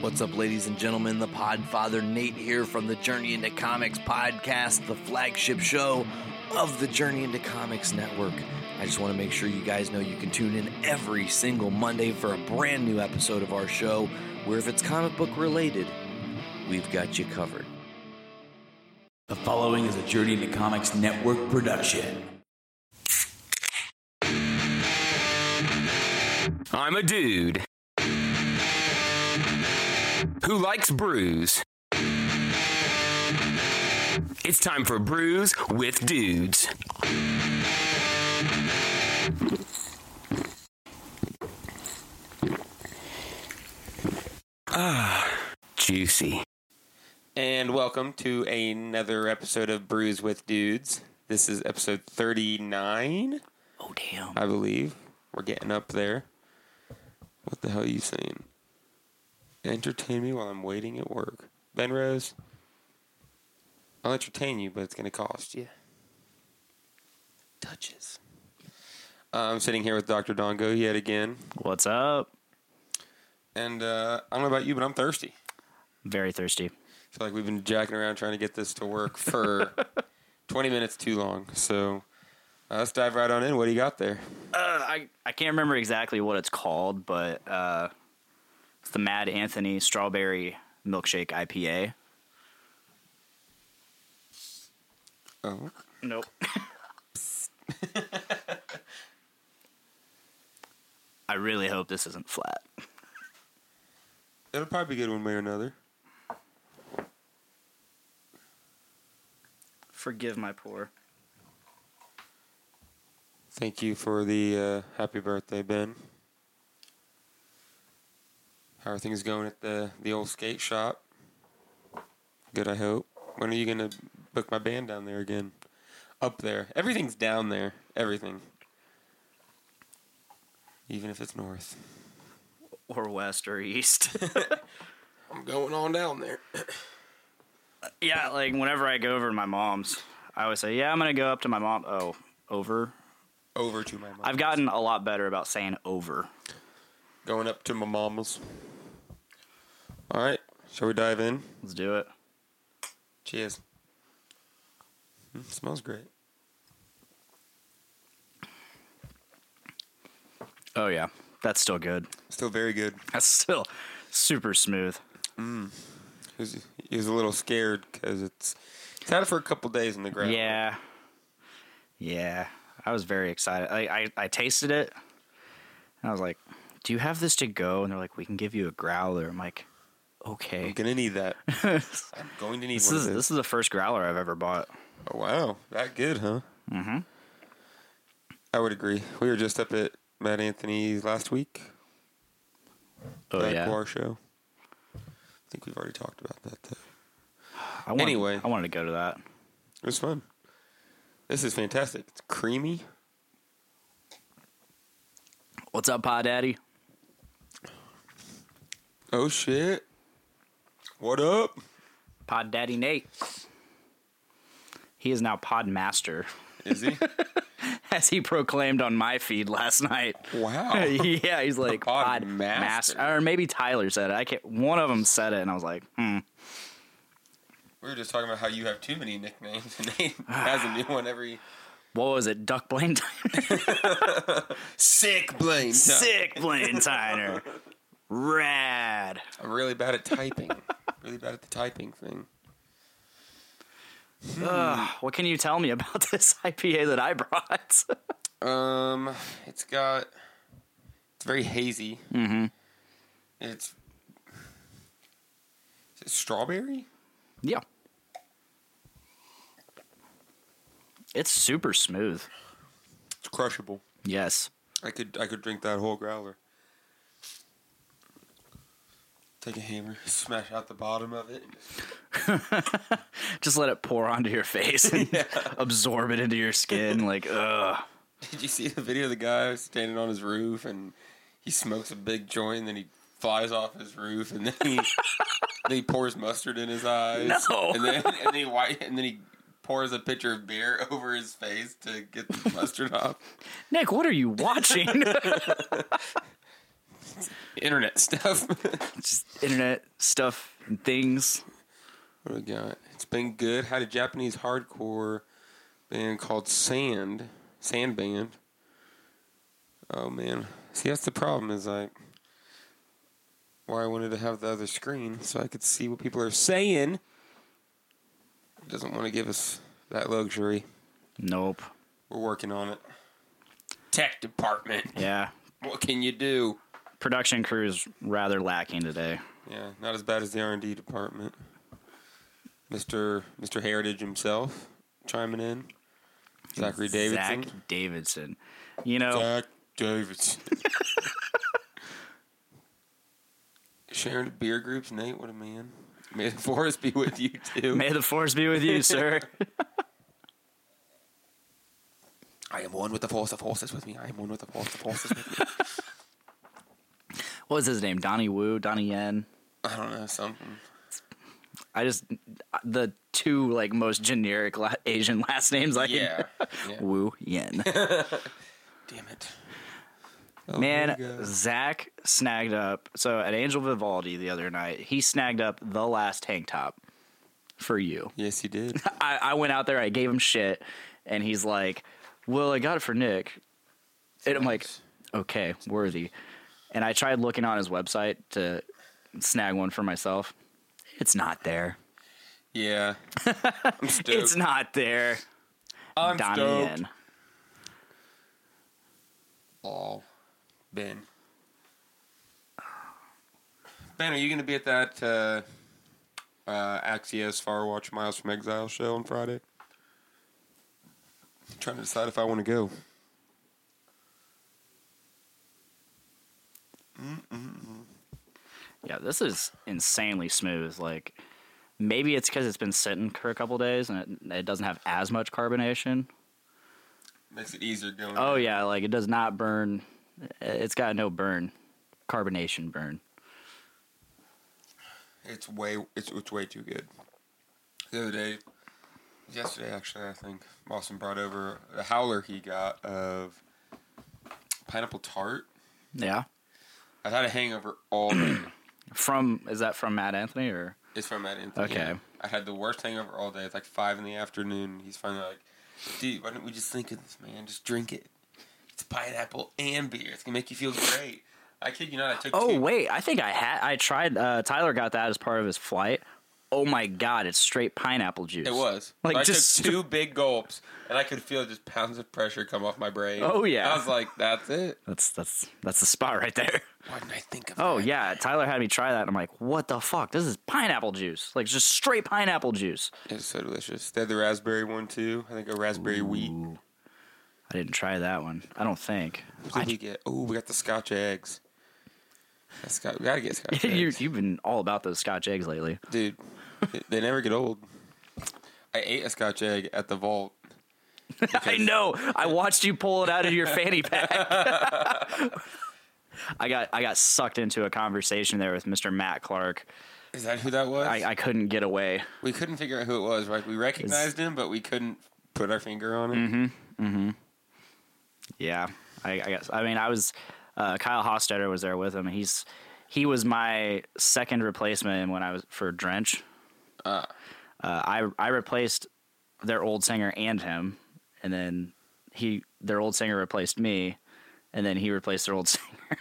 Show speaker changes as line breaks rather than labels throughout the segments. What's up, ladies and gentlemen? The Podfather Nate here from the Journey into Comics podcast, the flagship show of the Journey into Comics Network. I just want to make sure you guys know you can tune in every single Monday for a brand new episode of our show, where if it's comic book related, we've got you covered.
The following is a Journey into Comics Network production.
I'm a dude who likes brews. It's time for Brews with Dudes. Ah, juicy.
And welcome to another episode of Brews with Dudes. This is episode 39,
Oh, damn.
I believe. We're getting up there. What the hell are you saying? Entertain me while I'm waiting at work. Ben Rose, I'll entertain you, but it's going to cost you. Touches. Uh, I'm sitting here with Dr. Dongo yet again.
What's up?
And uh, I don't know about you, but I'm thirsty.
Very thirsty.
feel like we've been jacking around trying to get this to work for 20 minutes too long. So uh, let's dive right on in. What do you got there?
Uh, I I can't remember exactly what it's called, but uh, it's the Mad Anthony Strawberry Milkshake IPA.
Oh,
Nope. I really hope this isn't flat.
it'll probably be good one way or another.
Forgive my pour.
Thank you for the uh, happy birthday, Ben. How are things going at the the old skate shop? Good, I hope. When are you gonna book my band down there again? Up there, everything's down there. Everything, even if it's north.
Or west or east.
I'm going on down there.
yeah, like whenever I go over to my mom's, I always say, "Yeah, I'm gonna go up to my mom." Oh, over.
Over to my mom.
I've gotten a lot better about saying over.
Going up to my mama's. All right, shall we dive in?
Let's do it.
Cheers. Mm, smells great.
Oh yeah, that's still good.
Still very good.
That's still super smooth.
He was, he was a little scared because it's, it's had it for a couple days in the ground.
Yeah. Yeah. I was very excited. I, I, I tasted it and I was like, Do you have this to go? And they're like, We can give you a growler. I'm like,
I'm
Okay.
gonna need that. I'm going to need
This
one
is
of
this is the first growler I've ever bought.
Oh wow, that good, huh? Mm-hmm. I would agree. We were just up at Matt Anthony's last week.
Oh
back to
yeah.
our show. I think we've already talked about that though.
I wanted,
Anyway.
I wanted to go to that.
It was fun. This is fantastic. It's creamy.
What's up, Pa Daddy?
Oh shit. What up?
Pod Daddy Nate. He is now Pod Master,
Is he?
as he proclaimed on my feed last night.
wow.
yeah, he's like
Pod
pod,
Master."
master. or maybe Tyler said it. I can't. One of them said it, and I was like, hmm.
We were just talking about how you have too many nicknames and Nate has a new one every
What was it? Duck Blaine Tyner.
sick blame.
Sick Blaine Tyner. Rad.
I'm really bad at typing. really bad at the typing thing.
Ugh, what can you tell me about this IPA that I brought?
Um, it's got it's very hazy. Mm-hmm. It's is it strawberry.
yeah. It's super smooth.
It's crushable.
Yes.
I could I could drink that whole growler. Take a hammer, smash out the bottom of it.
Just let it pour onto your face and absorb it into your skin. Like, ugh.
Did you see the video of the guy standing on his roof and he smokes a big joint and then he flies off his roof and then he then he pours mustard in his eyes.
No.
And then and then he white and then he pours a pitcher of beer over his face to get the mustard off.
Nick, what are you watching?
Internet stuff. what
Just internet stuff and things.
do we got? It's been good. Had a Japanese hardcore band called Sand. Sand Band. Oh man. See that's the problem is like why I wanted to have the other screen so I could see what people are saying. Doesn't want to give us that luxury.
Nope.
We're working on it. Tech department.
Yeah.
What can you do?
Production crew is rather lacking today.
Yeah, not as bad as the R and D department. Mister Mister Heritage himself chiming in. Zachary Davidson.
Zach Davidson. You know,
Zach Davidson. Sharing the beer groups, Nate. What a man. May the forest be with you too.
may the force be with you, sir.
I am one with the force. The force is with me. I am one with the force. The force is with me.
what was his name? Donnie Wu, Donnie Yen.
I don't know something.
I just the two like most generic la- Asian last names I
Yeah.
can.
yeah.
Wu Yen.
Damn it. Oh,
Man, Zach snagged up. So at Angel Vivaldi the other night, he snagged up the last tank top for you.
Yes, you did.
I, I went out there, I gave him shit, and he's like, "Well, I got it for Nick," and I'm like, "Okay, worthy." And I tried looking on his website to snag one for myself. It's not there.
Yeah. I'm stoked.
It's not there.
I'm
Donnie
stoked.
Yen.
all Ben. Ben, are you going to be at that uh, uh, Axios Firewatch Miles from Exile show on Friday? I'm trying to decide if I want to go.
Yeah, this is insanely smooth. Like, maybe it's because it's been sitting for a couple days and it, it doesn't have as much carbonation.
Makes it easier going.
Oh yeah, like it does not burn. It's got no burn, carbonation burn.
It's way it's, it's way too good. The other day, yesterday actually, I think Boston brought over a howler he got of pineapple tart.
Yeah.
I've had a hangover all day.
From is that from Matt Anthony or?
It's from Matt Anthony.
Okay.
I had the worst hangover all day. It's like five in the afternoon. He's finally like, dude, why don't we just think of this, man? Just drink it. It's pineapple and beer. It's gonna make you feel great. I kid you not. I took.
Oh
two-
wait, I think I had. I tried. Uh, Tyler got that as part of his flight. Oh my god, it's straight pineapple juice.
It was
Like,
like I
just-
took two big gulps, and I could feel just pounds of pressure come off my brain.
Oh, yeah.
I was like, that's it.
That's that's that's the spot right there.
Why didn't I think of?
Oh
that?
yeah, Tyler had me try that, and I'm like, what the fuck? This is pineapple juice. Like just straight pineapple juice.
it's so delicious. They had the raspberry one too. I think a raspberry wheat.
I didn't try that one. I don't think.
What did we get? Oh, we got the Scotch eggs. That's Scotch. We gotta get Scotch eggs.
you you've been all about those Scotch eggs lately.
Dude, they never get old. I ate a scotch egg at the vault.
I know. I watched you pull it out of your fanny pack. I got I got sucked into a conversation there with Mr. Matt Clark.
Is that who that was?
I, I couldn't get away.
we couldn't figure out who it was, right? We recognized him, but we couldn't put our finger on him.
Mm-hmm. Yeah, I, I guess. I mean, I was uh, Kyle Hostetter was there with him. and He's he was my second replacement when I was for Drench. Uh, I I replaced their old singer and him, and then he their old singer replaced me, and then he replaced their old singer.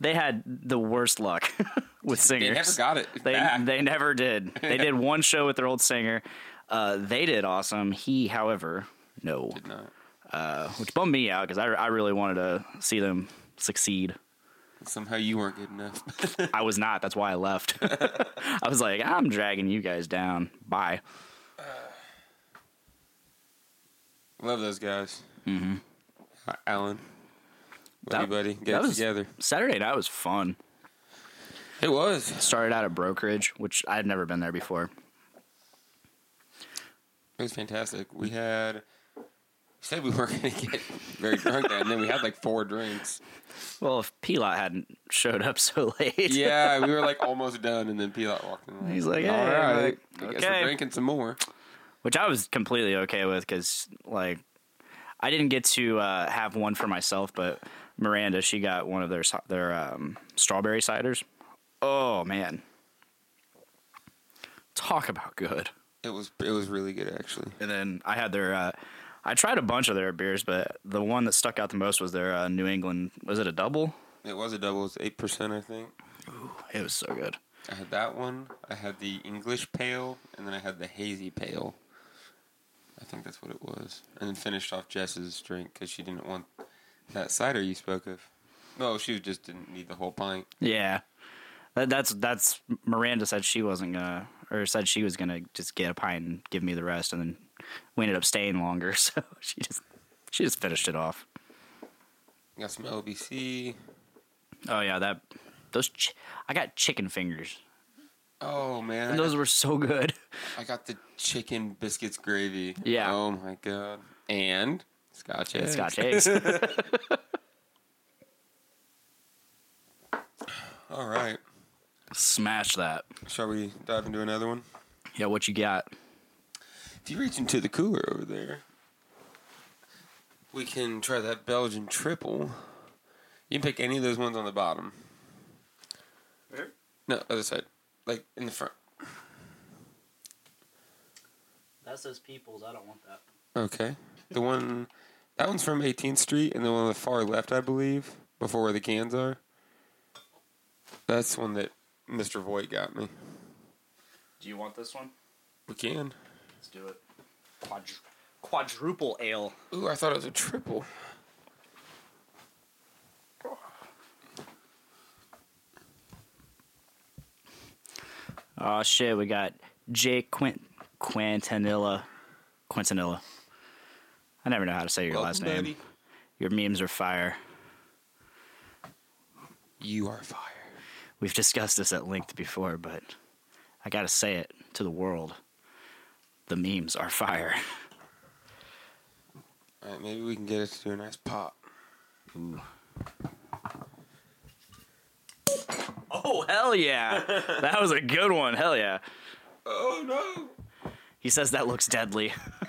they had the worst luck with singers.
They never got it.
They
back.
they never did. They did one show with their old singer. Uh, they did awesome. He, however, no
did not.
which bummed me out because I, I really wanted to see them succeed.
Somehow you weren't good enough.
I was not. That's why I left. I was like, I'm dragging you guys down. Bye.
Love those guys. Mm-hmm. Alan, buddy,
That-
buddy, get
that
it
was-
together.
Saturday night was fun.
It was.
Started out at brokerage, which I had never been there before.
It was fantastic. We had. We said we weren't going to get very drunk then, and then we had like four drinks.
Well, if Pilot hadn't showed up so late,
Yeah, we were like almost done, and then Pilot walked in.
He's like,
all
"Hey,"
right,
I'm like,
I guess
okay.
we're drinking some more.
which I was completely okay with because like I didn't get to uh, have one for myself, but Miranda, she got one of their ci- their um, strawberry ciders. Oh man, talk about good.
It was it was really good actually.
And then I had their, uh, I tried a bunch of their beers, but the one that stuck out the most was their uh, New England. Was it a double?
It was a double. It was eight percent, I think.
It was so good.
I had that one. I had the English pale, and then I had the hazy pale. I think that's what it was. And then finished off Jess's drink because she didn't want that cider you spoke of. No, she just didn't need the whole pint.
Yeah, that, that's that's Miranda said she wasn't gonna, or said she was gonna just get a pint and give me the rest, and then we ended up staying longer, so she just she just finished it off.
Got some LBC.
Oh yeah, that those ch- I got chicken fingers,
Oh man, I
and
got
those were so good.
I got the chicken biscuits gravy.
Yeah.
Oh my god. And scotch eggs.
Scotch eggs.
All right.
Smash that.
Shall we dive into another one?
Yeah, what you got?
If you reach into the cooler over there, we can try that Belgian triple. You can pick any of those ones on the bottom. No, other side. Like in the front.
That says Peoples. I don't want that.
Okay. The one that one's from 18th Street, and the one on the far left, I believe, before where the cans are. That's one that Mr. Voigt got me.
Do you want this one?
We can.
Let's do it. Quadru- quadruple ale.
Ooh, I thought it was a triple.
Oh shit, we got Jake Quint Quintanilla. Quintanilla. I never know how to say your last name. Your memes are fire.
You are fire.
We've discussed this at length before, but I gotta say it to the world. The memes are fire.
All right, maybe we can get it to do a nice pop.
Oh hell yeah. that was a good one. Hell yeah.
Oh no!
He says that looks deadly.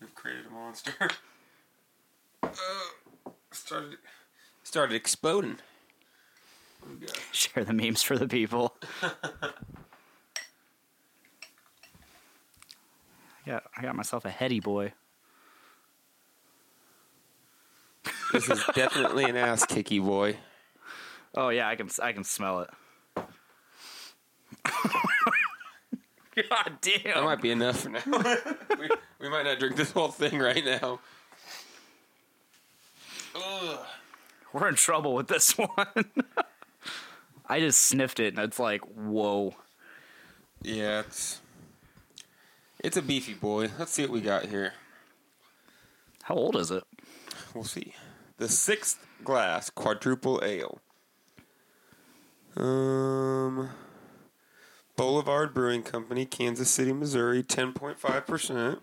We've created a monster. Uh, started, started exploding.
Share the memes for the people. I got I got myself a heady boy.
This is definitely an ass kicky boy.
Oh yeah, I can I can smell it. God
That
damn!
might be enough for now. we, we might not drink this whole thing right now. Ugh.
We're in trouble with this one. I just sniffed it and it's like, whoa.
Yeah, it's it's a beefy boy. Let's see what we got here.
How old is it?
We'll see. The sixth glass quadruple ale. Um, Boulevard Brewing Company, Kansas City, Missouri, ten point five percent.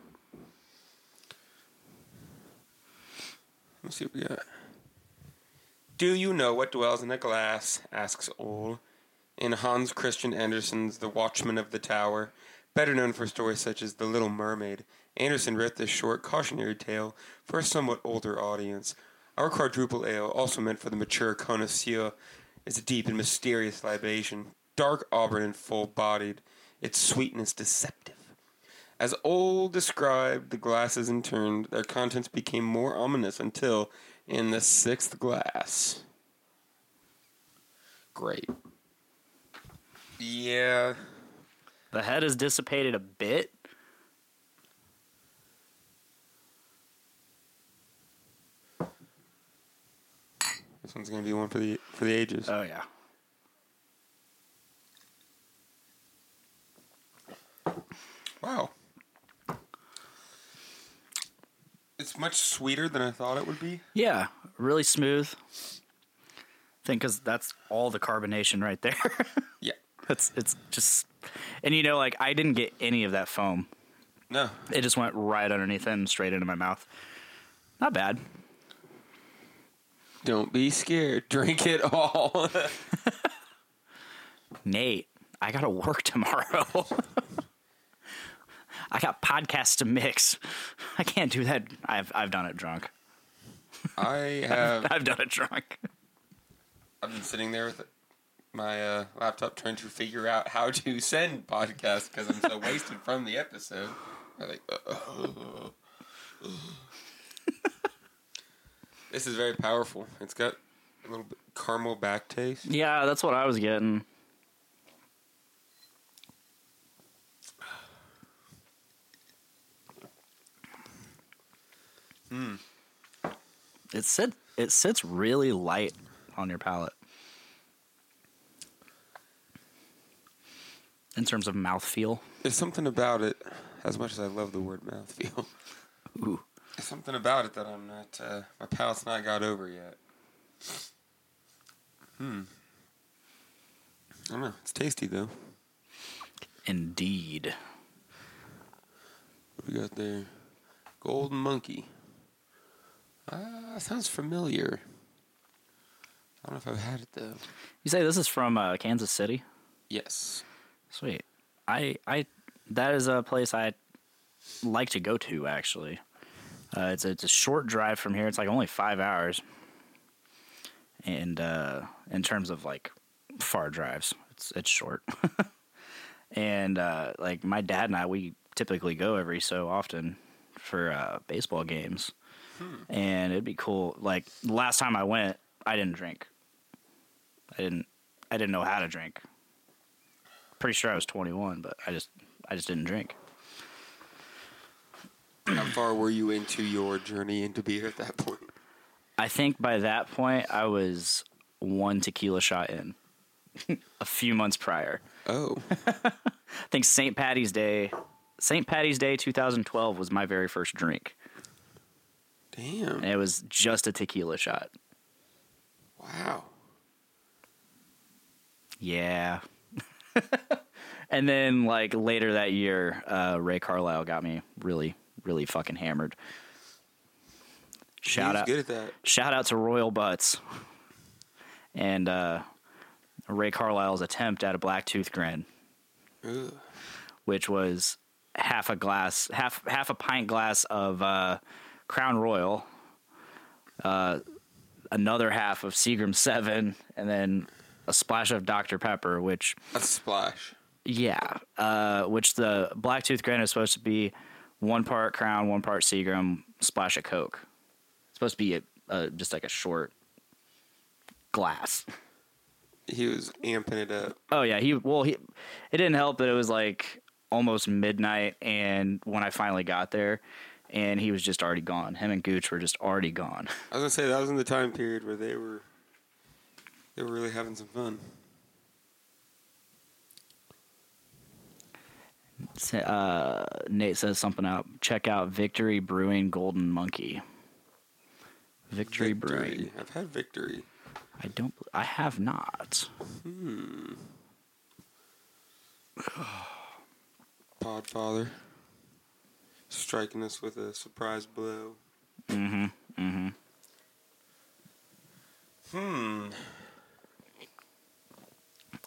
Let's see what we got. Do you know what dwells in a glass? asks Ole. In Hans Christian Andersen's The Watchman of the Tower, better known for stories such as The Little Mermaid, Andersen wrote this short cautionary tale for a somewhat older audience. Our quadruple ale, also meant for the mature connoisseur, is a deep and mysterious libation, dark auburn and full bodied, its sweetness deceptive. As Ole described the glasses in turn, their contents became more ominous until, in the sixth glass. Great. Yeah.
The head has dissipated a bit.
This one's gonna be one for the for the ages.
Oh yeah.
wow. It's much sweeter than I thought it would be.
Yeah, really smooth. I think because that's all the carbonation right there.
Yeah.
it's it's just, and you know, like I didn't get any of that foam.
No.
It just went right underneath and straight into my mouth. Not bad.
Don't be scared. Drink it all.
Nate, I gotta work tomorrow. I got podcasts to mix. I can't do that. I've I've done it drunk.
I have
I've done it drunk.
I've been sitting there with my uh, laptop trying to figure out how to send podcasts because I'm so wasted from the episode. I'm like, uh, this is very powerful. It's got a little bit caramel back taste.
Yeah, that's what I was getting. It sit it sits really light on your palate. In terms of mouthfeel.
There's something about it. As much as I love the word mouthfeel,
Ooh.
there's something about it that I'm not. Uh, my palate's not got over yet. Hmm. I don't know. It's tasty though.
Indeed.
We got there. Golden Monkey. Ah, sounds familiar. I don't know if I've had it though.
You say this is from uh, Kansas City?
Yes.
Sweet. I I that is a place I like to go to actually. Uh, it's a, it's a short drive from here. It's like only five hours. And uh, in terms of like far drives, it's it's short. and uh, like my dad and I, we typically go every so often for uh, baseball games. And it'd be cool. Like last time I went, I didn't drink. I didn't I didn't know how to drink pretty sure I was 21, but I just I just didn't drink.
How far were you into your journey into beer at that point?
I think by that point I was one tequila shot in a few months prior.
Oh.
I think St. Patty's Day, St. Patty's Day 2012 was my very first drink,
Damn.
and it was just a tequila shot.
Wow.
Yeah. and then like later that year, uh, Ray Carlisle got me really really fucking hammered. Shout
he was
out
good at that.
shout out to Royal Butts and uh, Ray Carlisle's attempt at a black tooth grin,
Ugh.
which was half a glass, half half a pint glass of uh, Crown Royal, uh, another half of Seagram Seven, and then a splash of Dr Pepper, which
A splash.
yeah, uh, which the black tooth grin is supposed to be one part Crown, one part Seagram, splash of Coke. It's supposed to be a, a, just like a short glass.
He was amping it up.
Oh yeah, he well he it didn't help that it was like almost midnight and when I finally got there and he was just already gone. Him and Gooch were just already gone.
I was gonna say that was in the time period where they were they were really having some fun.
Sa- Uh, Nate says something out. Check out Victory Brewing Golden Monkey. Victory, Brewing.
I've had victory.
I don't I have not.
Podfather. Striking us with a surprise blow.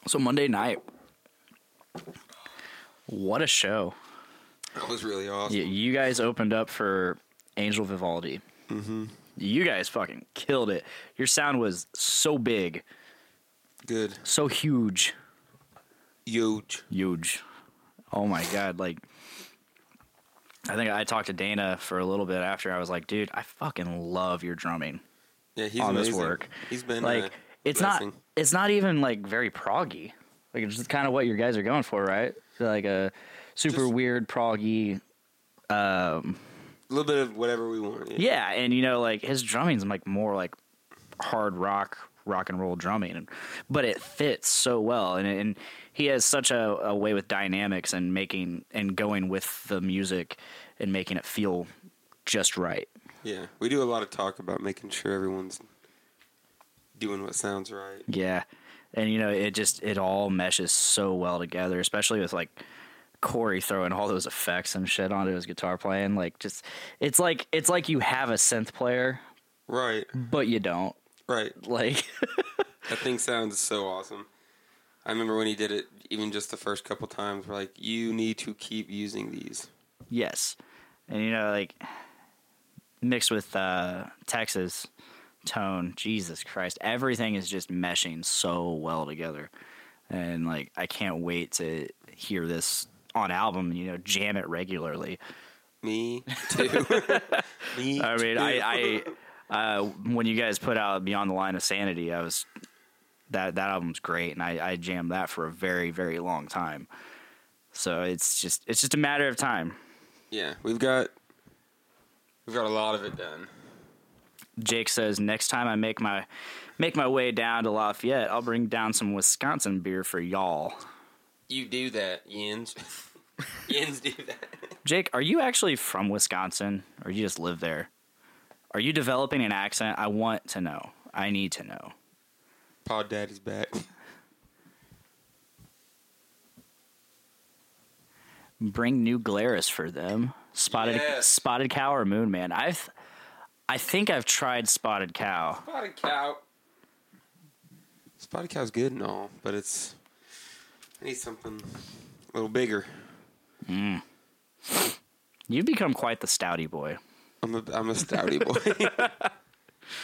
So Monday night. What a show.
That was really awesome.
You, you guys opened up for Angel Vivaldi. Mm-hmm. You guys fucking killed it. Your sound was so big,
Good.
so huge,
Huge.
huge. Oh my god! Like, I think I talked to Dana for a little bit after. I was like, dude, I fucking love your drumming.
Yeah, he's
on this
amazing.
work.
He's been
Like,
uh,
it's
blessing.
not. It's not even like very proggy. Like, it's just kind of what your guys are going for, right? Like a super
Just-
weird proggy
a little bit of whatever we want.
Yeah, and you know, like his drumming's like more like hard rock, rock and roll drumming, and, but it fits so well, and and he has such a, a way with dynamics and making and going with the music and making it feel just right.
Yeah. We do a lot of talk about making sure everyone's doing what sounds right.
Yeah, and you know, it just it all meshes so well together, especially with like Corey throwing all those effects and shit onto his guitar playing. Like, just it's like it's like you have a synth player,
Right.
but you don't.
Right.
Like.
That thing sounds so awesome. I remember when he did it, even just the first couple times, we're like, you need to keep using these.
Yes. And you know, like mixed with uh, Texas tone. Jesus Christ, everything is just meshing so well together, and like I can't wait to hear this on album. You know, jam it regularly.
Me too. Me
I mean,
too.
I, I uh, when you guys put out Beyond the Line of Sanity, I was that that album's great, and I, I jammed that for a very very long time. So it's just it's just a matter of time.
yeah, we've got we've got a lot of it done.
Jake says next time I make my make my way down to Lafayette, I'll bring down some Wisconsin beer for y'all.
You do that, Yins. Yins do that.
Jake, are you actually from Wisconsin, or you just live there? Are you developing an accent? I want to know. I need to know.
Pod Daddy's back.
bring new Glarus for them. Spotted
Yes.
spotted cow or moon man. I've I think I've tried spotted cow.
Spotted cow. Spotted cow's good and all, but it's I need something a little bigger.
You've become quite the stouty boy.
I'm a I'm a stouty boy.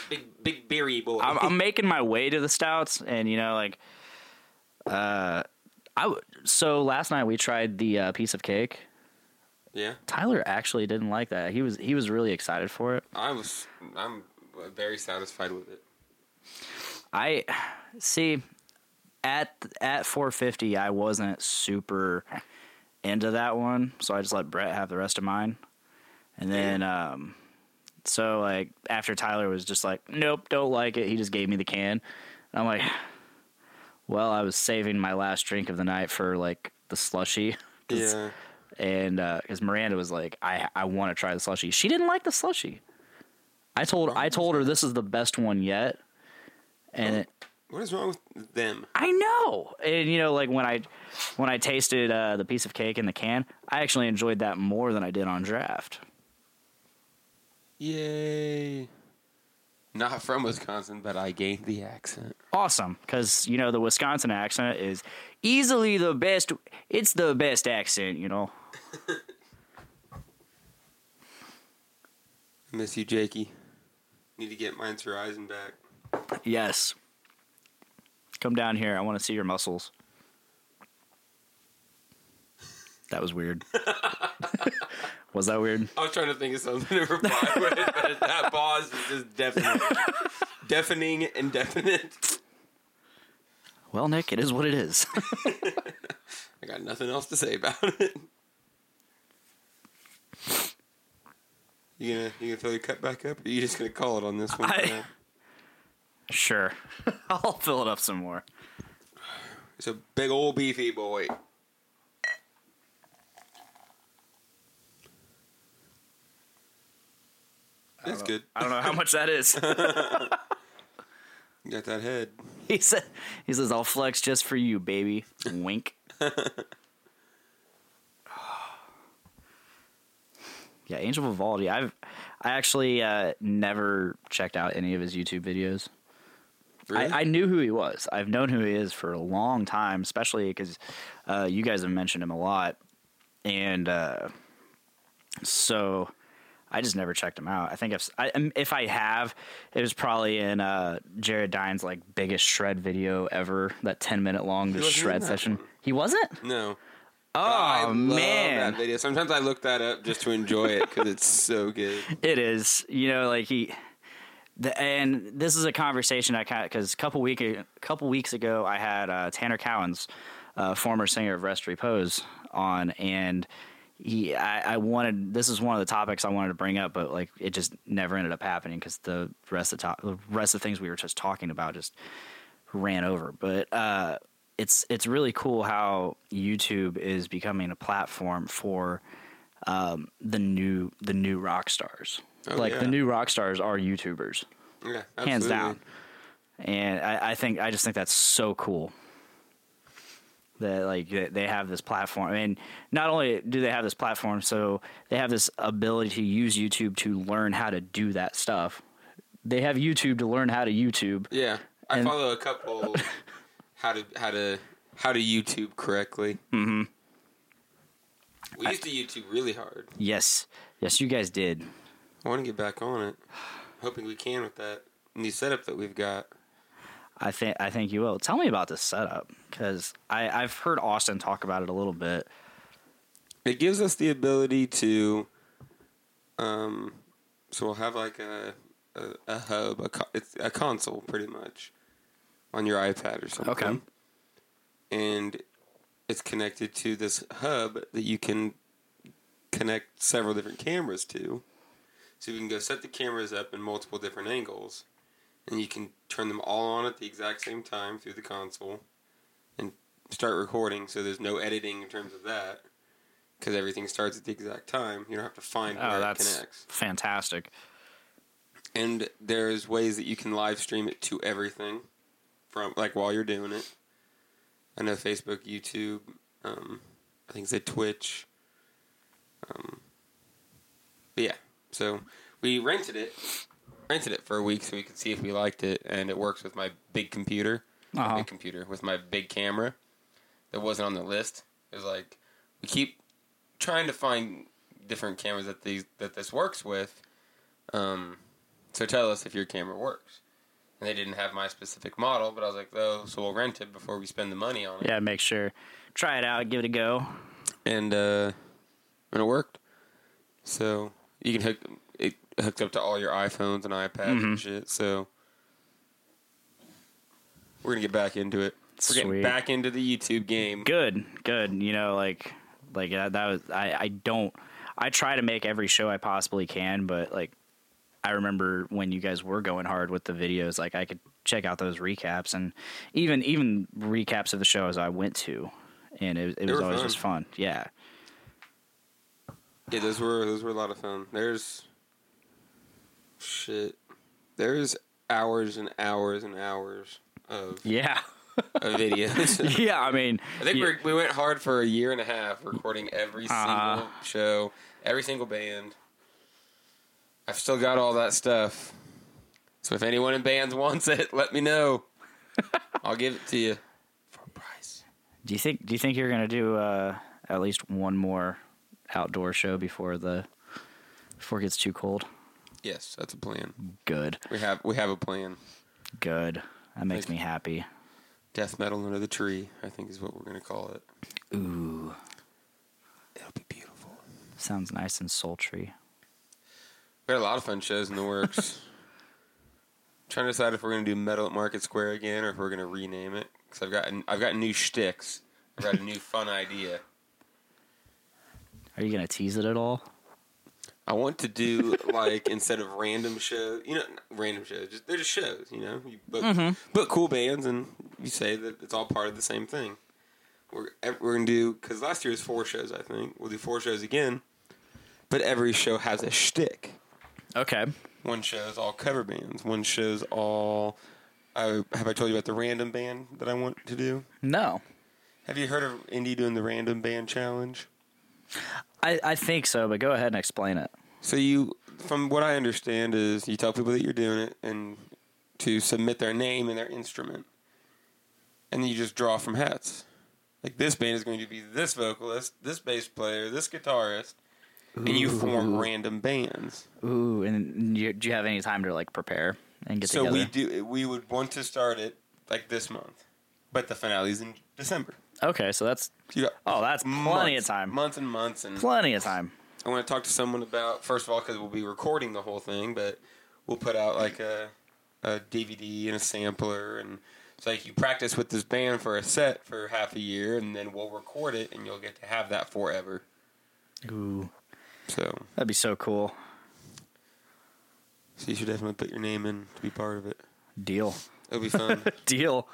big big beery boy.
I'm, I'm making my way to the stouts, and you know, like, uh, I w- so last night we tried the uh, piece of cake.
yeah,
Tyler actually didn't like that. He was he was really excited for it.
I was I'm very satisfied with it.
I see at at 450 I wasn't super into that one, so I just let Brett have the rest of mine. And then um so like after Tyler was just like, "Nope, don't like it." He just gave me the can. And I'm like, "Well, I was saving my last drink of the night for like the slushy." 'Cause-
Yeah,
And uh cuz Miranda was like, "I I want to try the slushy." She didn't like the slushy. I told I told her this is the best one yet. And it,
what is wrong with them?
I know. And you know, like when I when I tasted uh, the piece of cake in the can, I actually enjoyed that more than I did on draft.
Yay! Not from Wisconsin, but I gained the accent.
Awesome, because you know the Wisconsin accent is easily the best. It's the best accent, you know.
I miss you, Jakey. Need to get mine Horizon back.
Yes. Come down here. I want to see your muscles. That was weird. was that weird?
I was trying to think of something to reply with, but that pause is just deafening. deafening and definite.
Well, Nick, it is what it is.
I got nothing else to say about it. You gonna you gonna throw the cut back up or you just gonna call it on this one?
I- sure. I'll fill it up some more.
It's a big old beefy boy. That's good.
I don't know how much that is.
You got that head.
He said, "He says I'll flex just for you, baby." Wink. yeah, Angel Vivaldi. I've I actually uh, never checked out any of his YouTube videos.
Really?
I, I knew who he was. I've known who he is for a long time, especially because uh, you guys have mentioned him a lot, and uh, so I just never checked him out. I think if I, um, if I have, it was probably in uh, Jared Dine's like biggest shred video ever, that ten minute long just
wasn't in
shred
that
session. He wasn't.
no. I
Oh
love
man,
that video. Sometimes I look that up just to enjoy it because it's so good.
It is, you know, like he, the, and this is a conversation I kind because a couple week a couple weeks ago I had uh, Tanner Cowens, uh, former singer of Rest Repose, on, and he I, I wanted this is one of the topics I wanted to bring up, but like it just never ended up happening because the rest of the, to- the rest of the things we were just talking about just ran over, but. uh it's it's really cool how YouTube is becoming a platform for um, the new the new rock stars.
Oh,
like the
yeah.
new rock stars are YouTubers,
Yeah,
hands
absolutely.
down. And I, I think I just think that's so cool. That like that they have this platform, and not only do they have this platform, so they have this ability to use YouTube to learn how to do that stuff. They have YouTube to learn how to YouTube.
Yeah, I
And-
follow a couple how to how to how to YouTube correctly. Mm-hmm. We used to YouTube really hard.
Yes, yes, you guys did.
I want to get back on it. Hoping we can with that new setup that we've got.
I think I think you will. Tell me about this setup because I I've heard Austin talk about it a little bit.
It gives us the ability to, um, so we'll have like a a, a hub, a co- it's a console pretty much, on your iPad or something.
Okay.
And it's connected to this hub that you can connect several different cameras to, so you can go set the cameras up in multiple different angles, and you can turn them all on at the exact same time through the console, and start recording. So there's no editing in terms of that because everything starts at the exact time. You don't have to find
Oh,
where it
that's
connects.
fantastic.
And there's ways that you can live stream it to everything, from like while you're doing it. I know Facebook, YouTube, um, I think it's a Twitch. Um, but yeah, so we rented it, rented it for a week so we could see if we liked it, and it works with my big computer, my
Uh-huh.
big computer with my big camera that wasn't on the list. It was like we keep trying to find different cameras that these that this works with. Um, so tell us if your camera works. And they didn't have my specific model, but I was like, though, so we'll rent it before we spend the money on it.
Yeah, make sure try it out, give it a go.
And uh, and it worked. So you can hook it hooked up to all your iPhones and iPads
Mm-hmm.
and shit. So we're gonna get back into it. We're
Sweet.
getting back into the YouTube game.
Good, good. You know, like like that, that was I I don't I try to make every show I possibly can, but like I remember when you guys were going hard with the videos, like I could check out those recaps and even even recaps of the shows I went to, and it, it was
were
always
fun.
just fun. Yeah,
Yeah, those were those were a lot of fun. There's shit. There's hours and hours and hours of,
yeah,
of videos.
yeah. I mean,
I think
you-
we're, we went hard for a year and a half recording every
Uh-huh.
single show, every single band. I've still got all that stuff. So if anyone in bands wants it, let me know. I'll give it to you for a price.
do you think do you think you're gonna do uh, at least one more outdoor show before the before it gets too cold?
Yes, that's a plan.
Good,
We have we have a plan.
good. That makes me happy.
Death metal under the tree, I think is what we're gonna call it.
Ooh.
It'll be beautiful.
Sounds nice and sultry.
We had a lot of fun shows in the works. trying to decide if we're going to do Metal at Market Square again or if we're going to rename it. Because I've got I've got new shticks. I've got a new fun idea.
Are you gonna tease it at all?
I want to do like instead of random shows, you know, not random shows. Just, they're just shows, you know. You book, book cool bands, and you say that it's all part of the same thing. We're ev- we're gonna do because last year was four shows. I think we'll do four shows again, but every show has a shtick.
Okay.
One show's all cover bands. One show's all. I, have I told you about the random band that I want to do?
No.
Have you heard of Indy doing the random band challenge?
I, I think so, but go ahead and explain it.
So you, from what I understand, is you tell people that you're doing it and to submit their name and their instrument, and then you just draw from hats. Like this band is going to be this vocalist, this bass player, this guitarist, and you form random bands.
Ooh, and you, do you have any time to like prepare and get
so
together?
we do. We would want to start it like this month, but the finale's in December.
okay, so that's
You got
Oh, that's plenty
months-
of time.
Months and months and
plenty of time.
I want to talk to someone about first of all because we'll be recording the whole thing, but we'll put out like a a DVD and a sampler, and it's like you practice with this band for a set for half a year, and then we'll record it, and you'll get to have that forever.
Ooh.
So,
That'd be so cool.
so you should definitely put your name in to be part of it.
Deal.
It'll be fun.
Deal.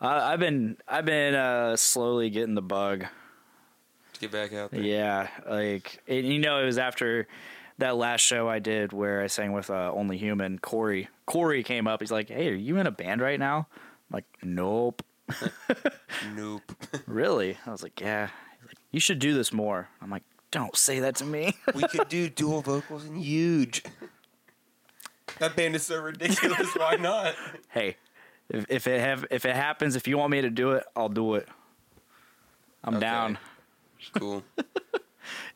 I, I've been I've been uh, slowly getting the bug.
to get back out there.
Yeah, like and you know, it was after that last show I did where I sang with uh, Only Human. Corey, Corey came up. He's like, "Hey, are you in a band right now?" I'm like, "Nope."
Nope.
Really? I was like, "Yeah." He's like, "You should do this more." I'm like, "Don't say that to me."
we could do dual vocals and huge. That band is so ridiculous. Why not?
hey, if, if it have if it happens, if you want me to do it, I'll do it. I'm
Okay.
down.
Cool.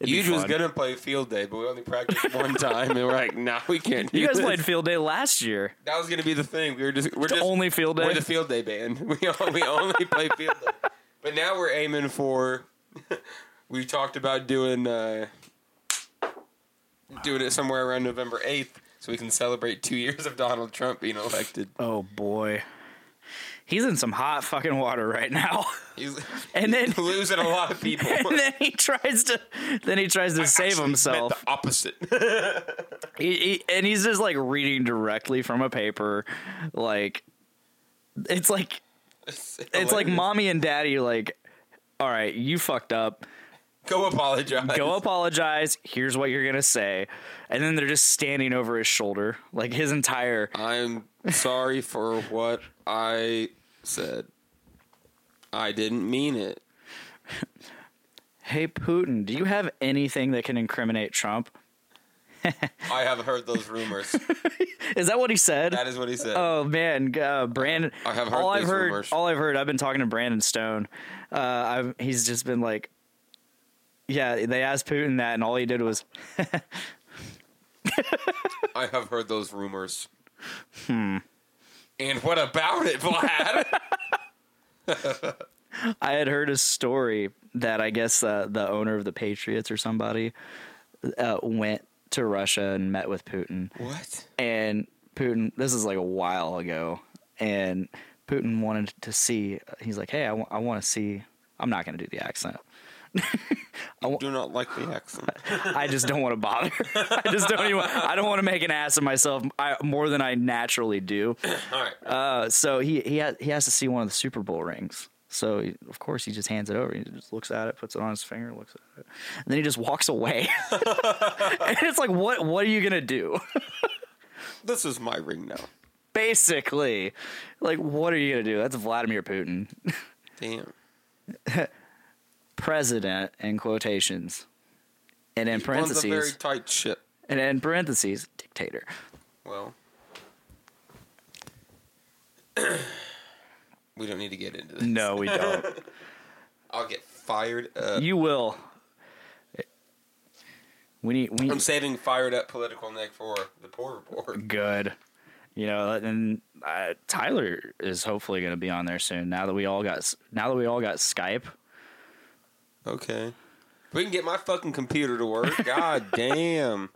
It'd be
Huge was
fun.
gonna play field day, but we only practiced one time, and we're like, nah, we can't. Do
You guys
this."
played field day last year.
That was gonna be the thing. We were just we're
The
just
only field
We're
day.
the field day band. We only, we only play field day. But now we're aiming for. we talked about doing uh, doing it somewhere around November eighth, so we can celebrate two years of Donald Trump being elected.
oh boy, he's in some hot fucking water right now.
He's
And then-
losing a lot of people.
and then he tries to, then he tries to save
Actually,
himself.
meant the opposite.
He- he- and he's just like reading directly from a paper, like it's like
it's
it's like mommy and daddy. Like, all right, you fucked up.
Go apologize.
Go apologize. Here's what you're gonna say, and then they're just standing over his shoulder, like his entire.
I'm sorry for what I said. I didn't mean it.
Hey Putin, do you have anything that can incriminate Trump?
I have heard those rumors.
Is that what he said?
that is what he said.
Oh man, uh, Brandon.
I have heard
all I've
these
heard.
rumors.
All I've heard. I've been talking to Brandon Stone. Uh, I've, he's just been like, yeah. They asked Putin that, and all he did was,
I have heard those rumors. Hmm. And what about it, Vlad?
I had heard a story that I guess uh, the owner of the Patriots or somebody uh, went to Russia and met with Putin.
what?
and Putin, this is like a while ago, and Putin wanted to see. He's like, "Hey, I want to see." I'm not going to do the accent.
Do not like the accent.
I just don't want to bother. I just don't even. I don't want to make an ass of myself I, more than I naturally do.
All right.
Uh, so he he has, he has to see one of the Super Bowl rings. So he, of course he just hands it over. He just looks at it, puts it on his finger, looks at it, and then he just walks away. and it's like, what what are you gonna do?
this is my ring now.
Basically, like, what are you gonna do? That's Vladimir Putin.
Damn.
president in quotations and in
Runs a very
parentheses
tight ship.
and in parentheses dictator
Well, we don't need to get into this.
no we don't
I'll get fired up.
you will we need we
I'm
need
saving fired up political neck for the poor report.
good you know and uh, tyler is hopefully going to be on there soon now that we all got s- now that we all got skype
Okay. If we can get my fucking computer to work. God damn.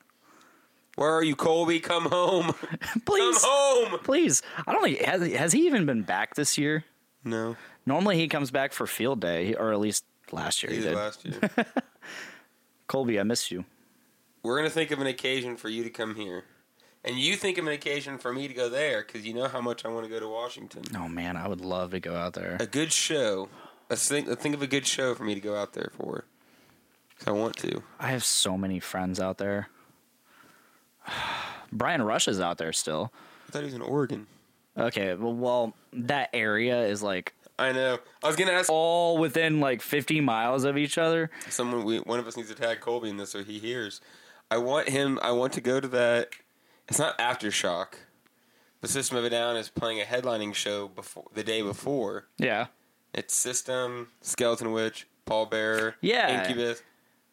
Where are you, Colby? Come home. Come
please
home.
please i don't think has, has he even been back this year
No.
normally he comes back for field day or at least last year he
Either
did
last year.
colby i miss you
We're going to think of an occasion for you to come here. And you think of an occasion for me to go there because you know how much I want to go to Washington.
oh man i would love to go out there
A good show. A think, think of a good show for me to go out there for. 'Cause I want to.
I have so many friends out there. Brian Rush is out there still.
I thought he was in Oregon.
Okay, well, well, that area is like
I know. I was going to ask
all within like 50 miles of each other.
someone we one of us needs to tag Colby in this or he hears. I want him I want to go to that it's not aftershock. The System of a Down is playing a headlining show before the day before.
Yeah.
It's System, Skeleton Witch, Paul Bearer,
Yeah.
Incubus,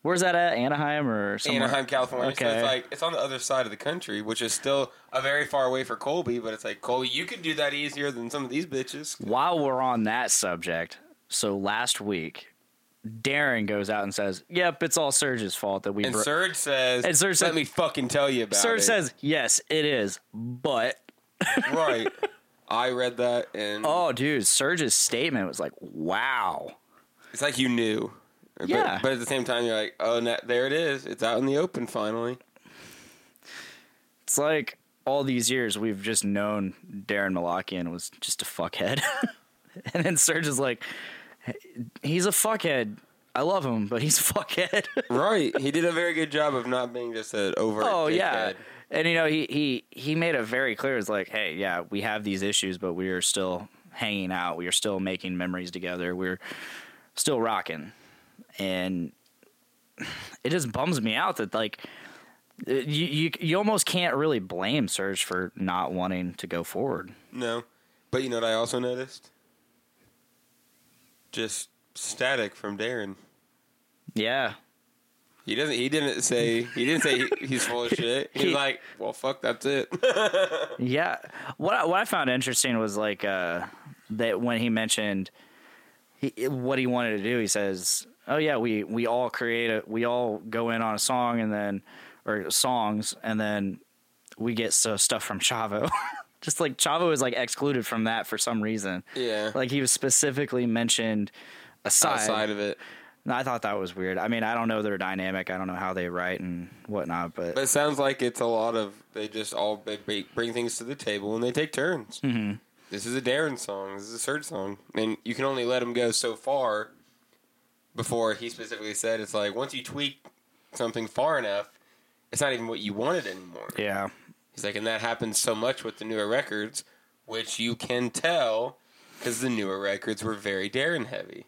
Where's that at? Anaheim or somewhere?
Anaheim, California. So
Okay.
it's like it's on the other side of the country, which is still a very far away for Colby, but it's like Colby, you can do that easier than some of these bitches.
While we're on that subject, so last week, Darren goes out and says, "Yep, it's all Serge's fault that we."
And
bro-
Serge says
And Serge
Let
says-
me fucking tell you about
Serge
it.
says, "Yes, it is," but
Right. I read that and
oh, dude, Serge's statement was like, "Wow."
It's like you knew. But-
Yeah.
But, at the same time, you're like, oh, na- there it is. It's out in the open finally.
It's like all these years we've just known Darren Malakian was just a fuckhead. and then Serge is like, he's a fuckhead. I love him, but he's a fuckhead.
Right. he did a very good job of not being just an over.
oh yeah. And you know, he he he made it very clear it's like, hey, yeah, we have these issues, but we are still hanging out. We are still making memories together. We're still rocking. And it just bums me out that like uh, you, you you almost can't really blame Serge for not wanting to go forward.
No. But you know what I also noticed? Just static from Darren.
Yeah.
He doesn't. He didn't say. He didn't say he- he's full of shit. He's
He-
like, well, fuck, that's it.
Yeah. What I, what I found interesting was like uh, that when he mentioned he, what he wanted to do, he says, "Oh yeah, we we all create a we all go in on a song and then or songs and then we get so stuff from Chavo." Just like Chavo is like excluded from that for some reason.
Yeah.
Like he was specifically mentioned aside.
Outside of it,
And I thought that was weird. I mean, I don't know their dynamic. I don't know how they write and whatnot, but
but it sounds like it's a lot of they just all they bring- bring things to the table and they take turns. Mm-hmm. This is a Darren song. This is a Serge song, and you can only let him go so far. Before he specifically said, it's like once you tweak something far enough, it's not even what you wanted anymore.
yeah.
He's like, and that happens so much with the newer records, which you can tell because the newer records were very Darren heavy.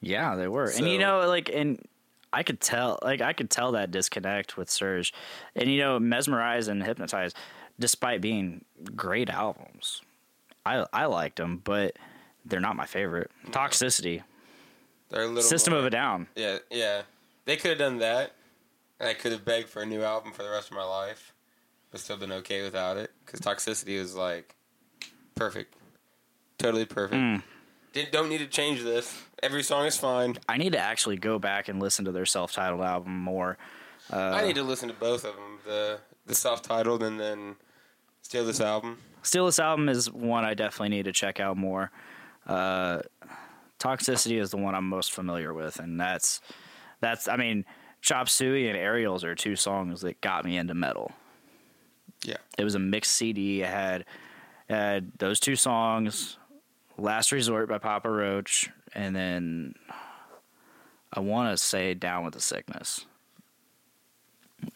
Yeah, they were. And you
So-
know, like and I could tell like I could tell that disconnect with Surge. And you know, Mesmerize and Hypnotize, despite being great albums, I I liked them, but they're not my favorite. Toxicity,
They're a little
System
more-
of a Down.
Yeah, yeah. They could have done that, and I could have begged for a new album for the rest of my life, but still been okay without it because Toxicity was like perfect, totally perfect. Didn't, don't need to change this. Every song is fine.
I need to actually go back and listen to their self-titled album more.
I need to listen to both of them, the the self-titled and then steal this album.
Still, this album is one I definitely need to check out more. Uh, Toxicity is the one I'm most familiar with, and that's that's I mean, Chop Suey and Aerials are two songs that got me into metal.
Yeah,
It was a mixed CD. It had had those two songs, Last Resort by Papa Roach, and then I want to say Down with the Sickness.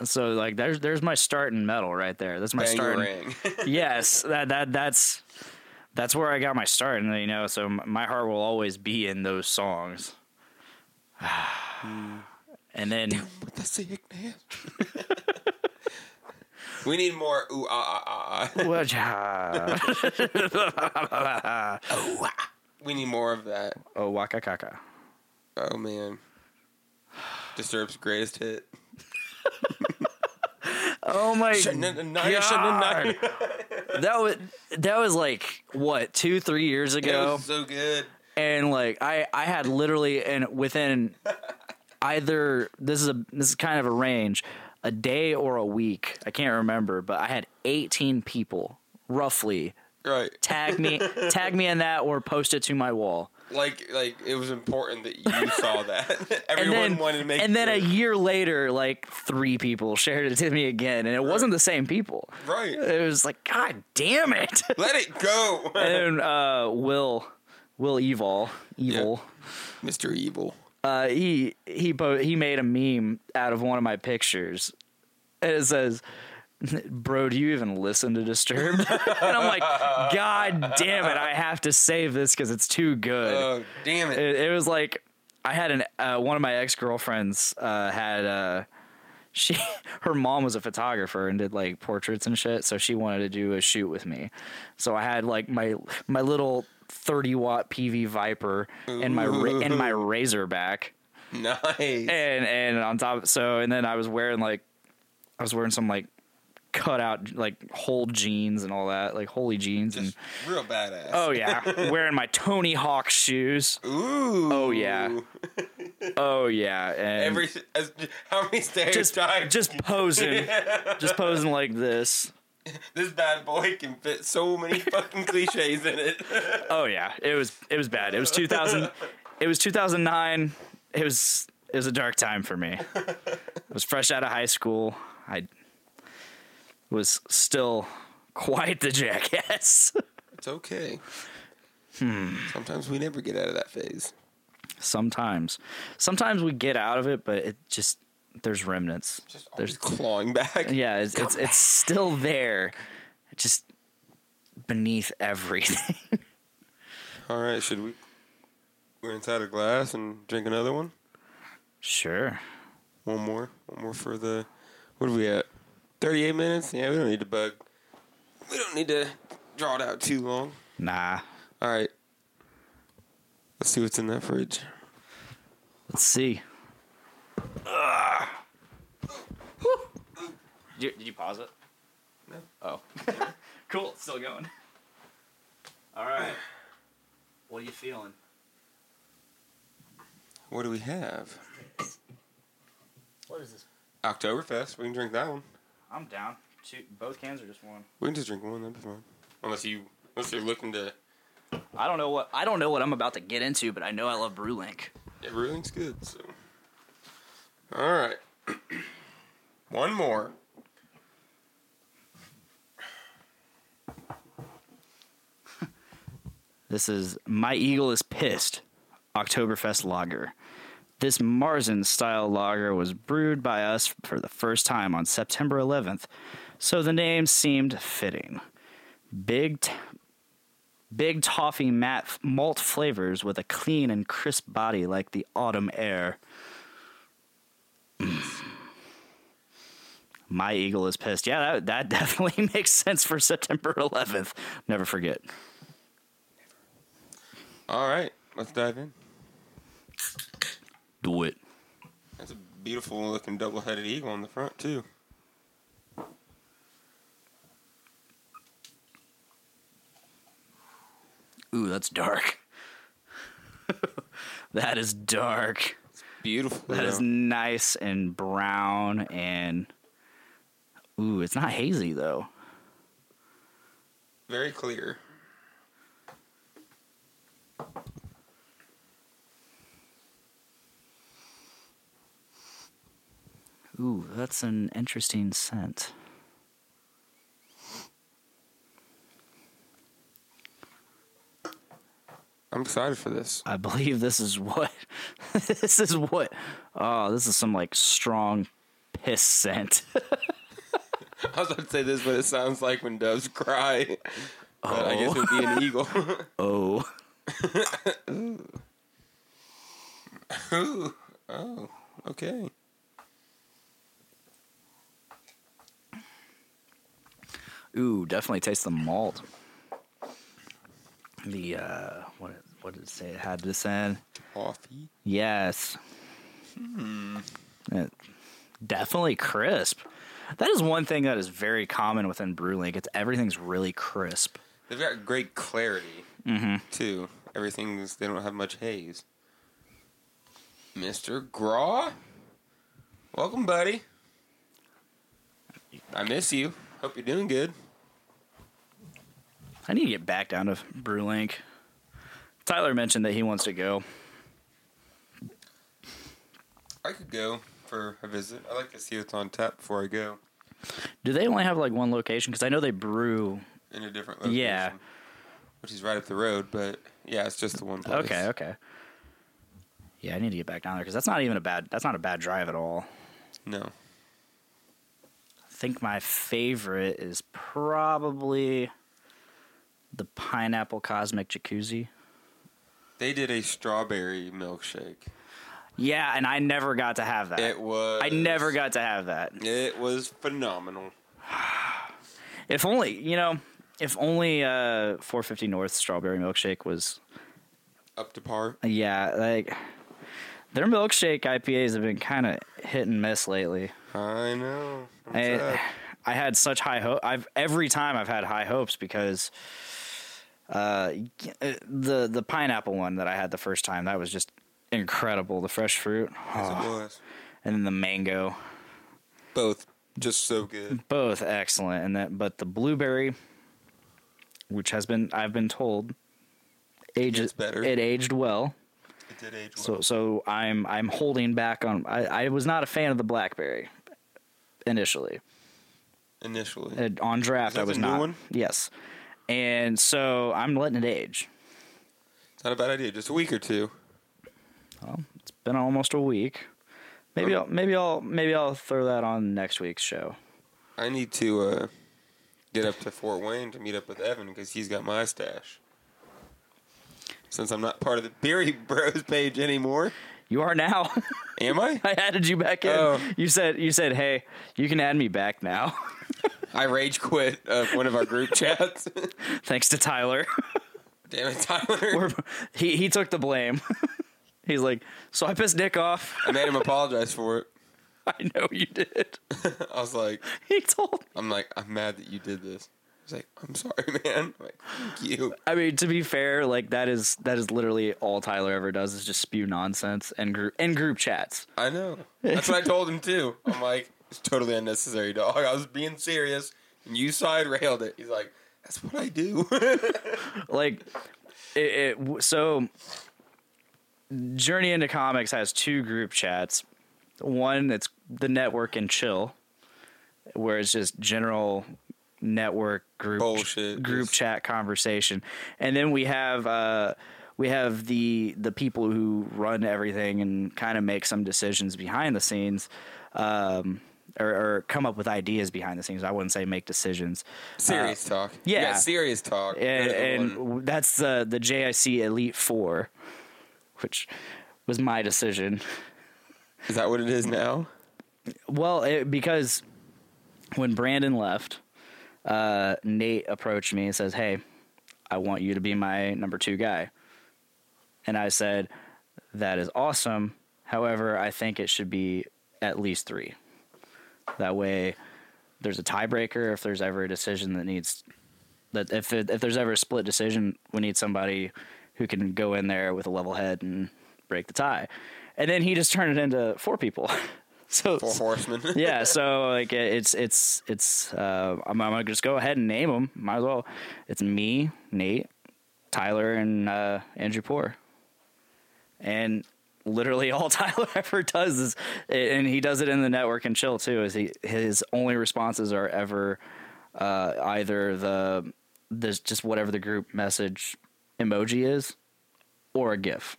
So like there's there's my start in metal right there. That's my
Bang
start. in-
Ring.
yes, that that that's that's where I got my start, and you know, so m- my heart will always be in those songs. and then
with the sickness. we need more ooh ah ah ah.
what? ah,
We need more of that.
oh, waka kaka.
Oh man, Disturb's greatest hit.
Oh my
Shania, Shania.
that was that was like what two three years
It
ago,
was so good.
and like I I had literally and within either this is a this is kind of a range a day or a week I can't remember, but I had eighteen people roughly
Right,
tag me tag me in that or post it to my wall
like like it was important that you saw that. Everyone
and then
wanted to make.
and then a
sure.
year later like three people shared it to me again and it wasn't the same people
right.
it was like god damn it
Let it go,
and uh will will evil evil
Mr. Evil.
uh he he po- he made a meme out of one of my pictures and it says bro do you even listen to disturbed and i'm like god damn it i have to save this because it's too good
Oh damn it!
it, it was like I had an uh, one of my ex girlfriends uh, had uh, she her mom was a photographer and did like portraits and shit, so she wanted to do a shoot with me. So I had like my my little thirty watt PV Viper and my ra- and my Razorback
nice.
and and on top so and then I was wearing like I was wearing some like cut out like whole jeans and all that like holy jeans and
Real badass.
oh yeah wearing my Tony Hawk shoes
Ooh.
Oh yeah. Oh yeah. And
Every as, how many
just
stereotypes?
just posing, just posing like this.
this bad boy can fit so many fucking cliches in it.
Oh yeah. It was it was bad. It was 2000. it was 2009. It was it was a dark time for me. I was fresh out of high school. I was still quite the jackass.
It's okay.
Hmm.
Sometimes we never get out of that phase.
Sometimes, sometimes we get out of it, but it just there's remnants.
Just
There's-
always clawing back.
Yeah, it's it's, it's still there, just beneath everything.
All right, should we? We're inside a glass and drink another one.
Sure.
One more. One more for the. What are we at? Thirty-eight minutes. Yeah, we don't need to bug. We don't need to draw it out too long.
Nah.
All right. Let's see what's in that fridge.
Let's see. Did you, did you pause it?
No.
Oh. cool. It's still going. All right. What are you feeling?
What do we have?
What is this?
Oktoberfest. We can drink that one.
I'm down. Two, both cans or just one?
We can just drink one. That'd be fine. Unless you, unless you're looking to.
I don't know what I don't know what I'm about to get into, but I know I love Brewlink.
Yeah, brewing's good. So. All right. one more.
This is My Eagle is Pissed, Oktoberfest Lager. This Marzen style lager was brewed by us for the first time on September 11th, so the name seemed fitting. Big, t- big toffee mat malt flavors with a clean and crisp body like the autumn air. Mm. My Eagle is Pissed. Yeah, that, that definitely makes sense for September 11th. Never forget.
All right. Let's dive in.
Do it.
That's a beautiful looking double headed eagle on the front, too.
Ooh, that's dark. that is dark.
Beautiful.
That is
though.
nice and brown and ooh, it's not hazy though.
very clear.
Ooh, that's an interesting scent.
I'm excited for this.
I believe this is what this is what. Oh, this is some like strong piss scent.
I was about to say this, but it sounds like when doves cry. But I guess it would be an eagle.
oh.
okay.
Ooh, definitely taste the malt. The uh what what did it say it had this in?
Coffee.
Yes. Yeah. Definitely crisp. That is one thing that is very common within Brewlink. It's everything's really crisp.
They've got great clarity
Mm-hmm.
too. Everything's they don't have much haze. Mister Graw, welcome, buddy. I miss you. Hope you're doing good.
I need to get back down to Brewlink. Tyler mentioned that he wants to go.
I could go for a visit. I like to see what's on tap before I go
Do they only have like one location? Because I know they brew.
in a different location.
Yeah.
which is right up the road, but yeah, it's just the one place.
Okay. Okay. Yeah, I need to get back down there because that's not even a bad. That's not a bad drive at all.
No,
I think my favorite is probably the pineapple cosmic jacuzzi.
they did a strawberry milkshake.
Yeah, and I never got to have that.
It was.
I never got to have that.
It was phenomenal.
If only, you know, if only uh 450 North strawberry milkshake was
Up to par.
yeah, like their milkshake IPAs have been kind of hit and miss lately.
I know. What's
I,
up?
I had such high hope. I've every time I've had high hopes because uh, the the pineapple one that I had the first time that was just incredible. The fresh fruit,
Yes,
Oh,
it was.
and then the mango,
Both just so good.
both excellent. And that, but the blueberry, which has been I've been told, ages
It's better.
It aged well.
It did age well.
So so I'm I'm holding back on. I, I was not a fan of the blackberry initially.
initially.
Uh, on draft,
Is that
I was
the new
not.
one?
Yes, and so I'm letting it age.
It's not a bad idea. Just a week or two.
It's been almost a week. Maybe I'll maybe I'll maybe I'll throw that on next week's show.
I need to uh, get up to Fort Wayne to meet up with Evan because he's got my stash. Since I'm not part of the Beery Bros page anymore,
You are now.
am I?
I added you back in.
Oh.
You said you said, "Hey, you can add me back now."
I rage quit uh, one of our group chats.
Thanks to Tyler.
Damn it, Tyler.
he he took the blame. He's like, so I pissed Nick off.
I made him apologize for it.
I know you did.
I was like,
He told.
I'm like, I'm mad that you did this. He's like, I'm sorry, man. I'm like, thank you.
I mean, to be fair, like that is that is literally all Tyler ever does is just spew nonsense and group and group chats.
I know. That's what I told him too. I'm like, it's totally unnecessary, dog. I was being serious, and you side railed it. He's like, that's what I do.
like it, it so journey into comics has two group chats one that's the network and chill where it's just general network group
Bullshit.
group
Just-
chat conversation and then we have uh we have the the people who run everything and kind of make some decisions behind the scenes um or, or come up with ideas behind the scenes. I wouldn't say make decisions.
serious talk.
Uh, yeah.
You got serious talk.
and,
Another
and
one.
w- that's the the JIC Elite Four, which was my decision.
is that what it is now?
Well, it, because when Brandon left, uh, Nate approached me and says, "Hey, I want you to be my number two guy," and I said, "That is awesome. However, I think it should be at least three. That way, there's a tiebreaker if there's ever a decision that needs that if it, if there's ever a split decision, we need somebody who can go in there with a level head and break the tie. And then he just turned it into four people. so
Four horsemen.
yeah, so like it- it's it's it's uh, I'm, I'm gonna just go ahead and name them. Might as well. It's me, Nate, Tyler, and uh, Andrew Poor, and literally all Tyler ever does is, and he does it in the network and chill too. Is he his only responses are ever uh, either the there's just whatever the group message emoji is, or a GIF.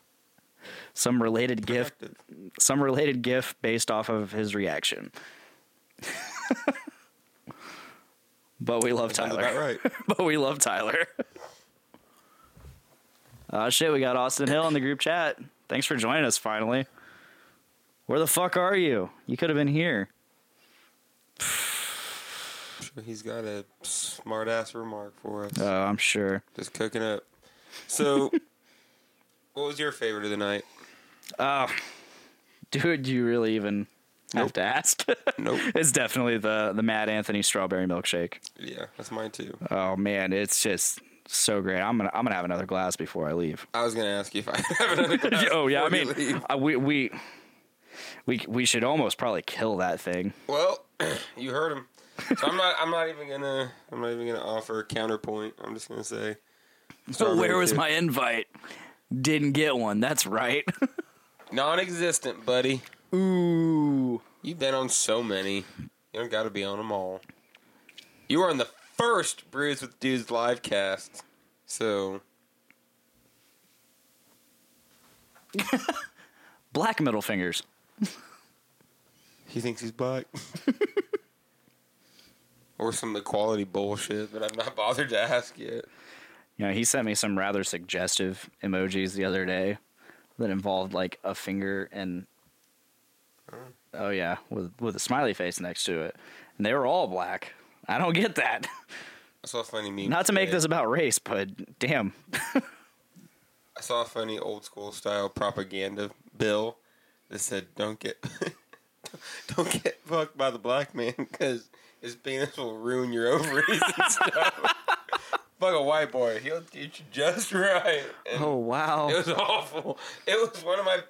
Some related GIF some related gif based off of his reaction. but we love
Sounds
Tyler.
about right.
But we love Tyler. Oh shit, we got Austin Hill in the group chat. Thanks for joining us finally. Where the fuck are you? You could have been here.
I'm sure he's got a smart ass remark for us.
Oh, I'm sure.
Just cooking up. So, what was your favorite of the night?
Dude, you really even have
Nope.
to ask.
Nope.
it's definitely the the Mad Anthony strawberry milkshake.
Yeah, that's mine too.
Oh man, it's just so great. I'm gonna I'm gonna have another glass before I leave.
I was gonna ask you if I have another. glass
oh yeah, I
before you
mean,
leave.
uh, we we we we should almost probably kill that thing.
Well, you heard him. So I'm not. I'm not even gonna. I'm not even gonna offer a counterpoint. I'm just gonna say. strawberry kid.
invite? Didn't get one. That's right.
non-existent, buddy?
Ooh,
You've been on so many. You don't got to be on them all. You were on the first Brews with Dudes live cast, so
black middle fingers.
he thinks he's black. or some equality bullshit that I've not bothered to ask yet.
You know, he sent me some rather suggestive emojis the other day that involved like a finger and oh yeah, with with a smiley face next to it, and they were all black. I don't get that.
I saw a funny meme.
Not to make
today.
this about race, but damn.
I saw a funny old school style propaganda bill that said, "Don't get, don't get fucked by the black man because his penis will ruin your ovaries and stuff." Fuck a white boy, he'll teach you just right. And
Oh wow.
It was awful. It was one of my,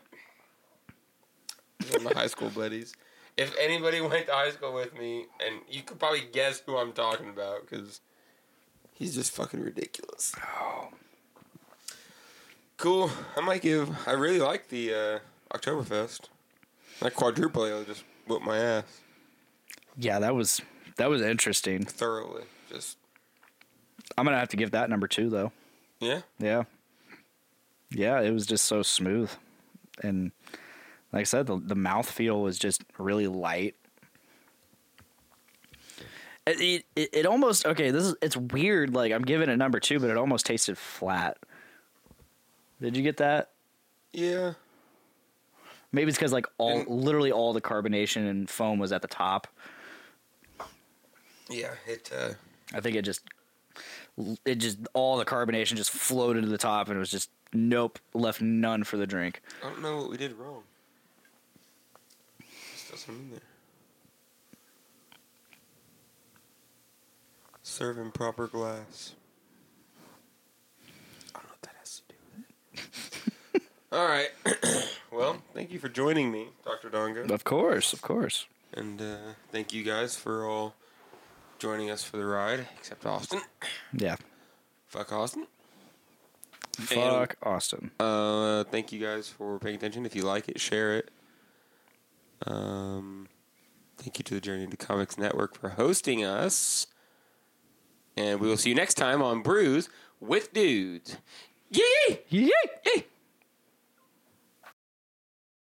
one of my high school buddies. If anybody went to high school with me, and you could probably guess who I'm talking about because he's just fucking ridiculous. Cool. I might give. I really like the uh, Oktoberfest. That quadruple ale just whipped my ass
Yeah, that was that was interesting.
thoroughly. Just
I'm gonna have to give that number two though.
yeah.
Yeah, yeah, it was just so smooth, and like I said, the the mouthfeel was just really light. It, it- it it almost okay. This is it's weird. Like I'm giving it number two, but it almost tasted flat. Did you get that?
Yeah.
Maybe it's because like all
Didn't-
literally all the carbonation and foam was at the top.
Yeah. It. Uh,
I think it just it just all the carbonation just floated to the top, and it was just nope, left none for the drink.
I don't know what we did wrong. Just throw some in there. Serve in proper glass. I don't know what that has to do with it. All right. well, thank you for joining me, Dr. Dongo.
Of course, of course.
And uh, thank you guys for all joining us for the ride, except Austin.
Yeah.
Fuck Austin.
Fuck Austin.
Uh, thank you guys for paying attention. If you like it, share it. Um, thank you to the Journey to Comics Network for hosting us. And we will see you next time on Brews with Dudes. Yee!
Yay!
Yee!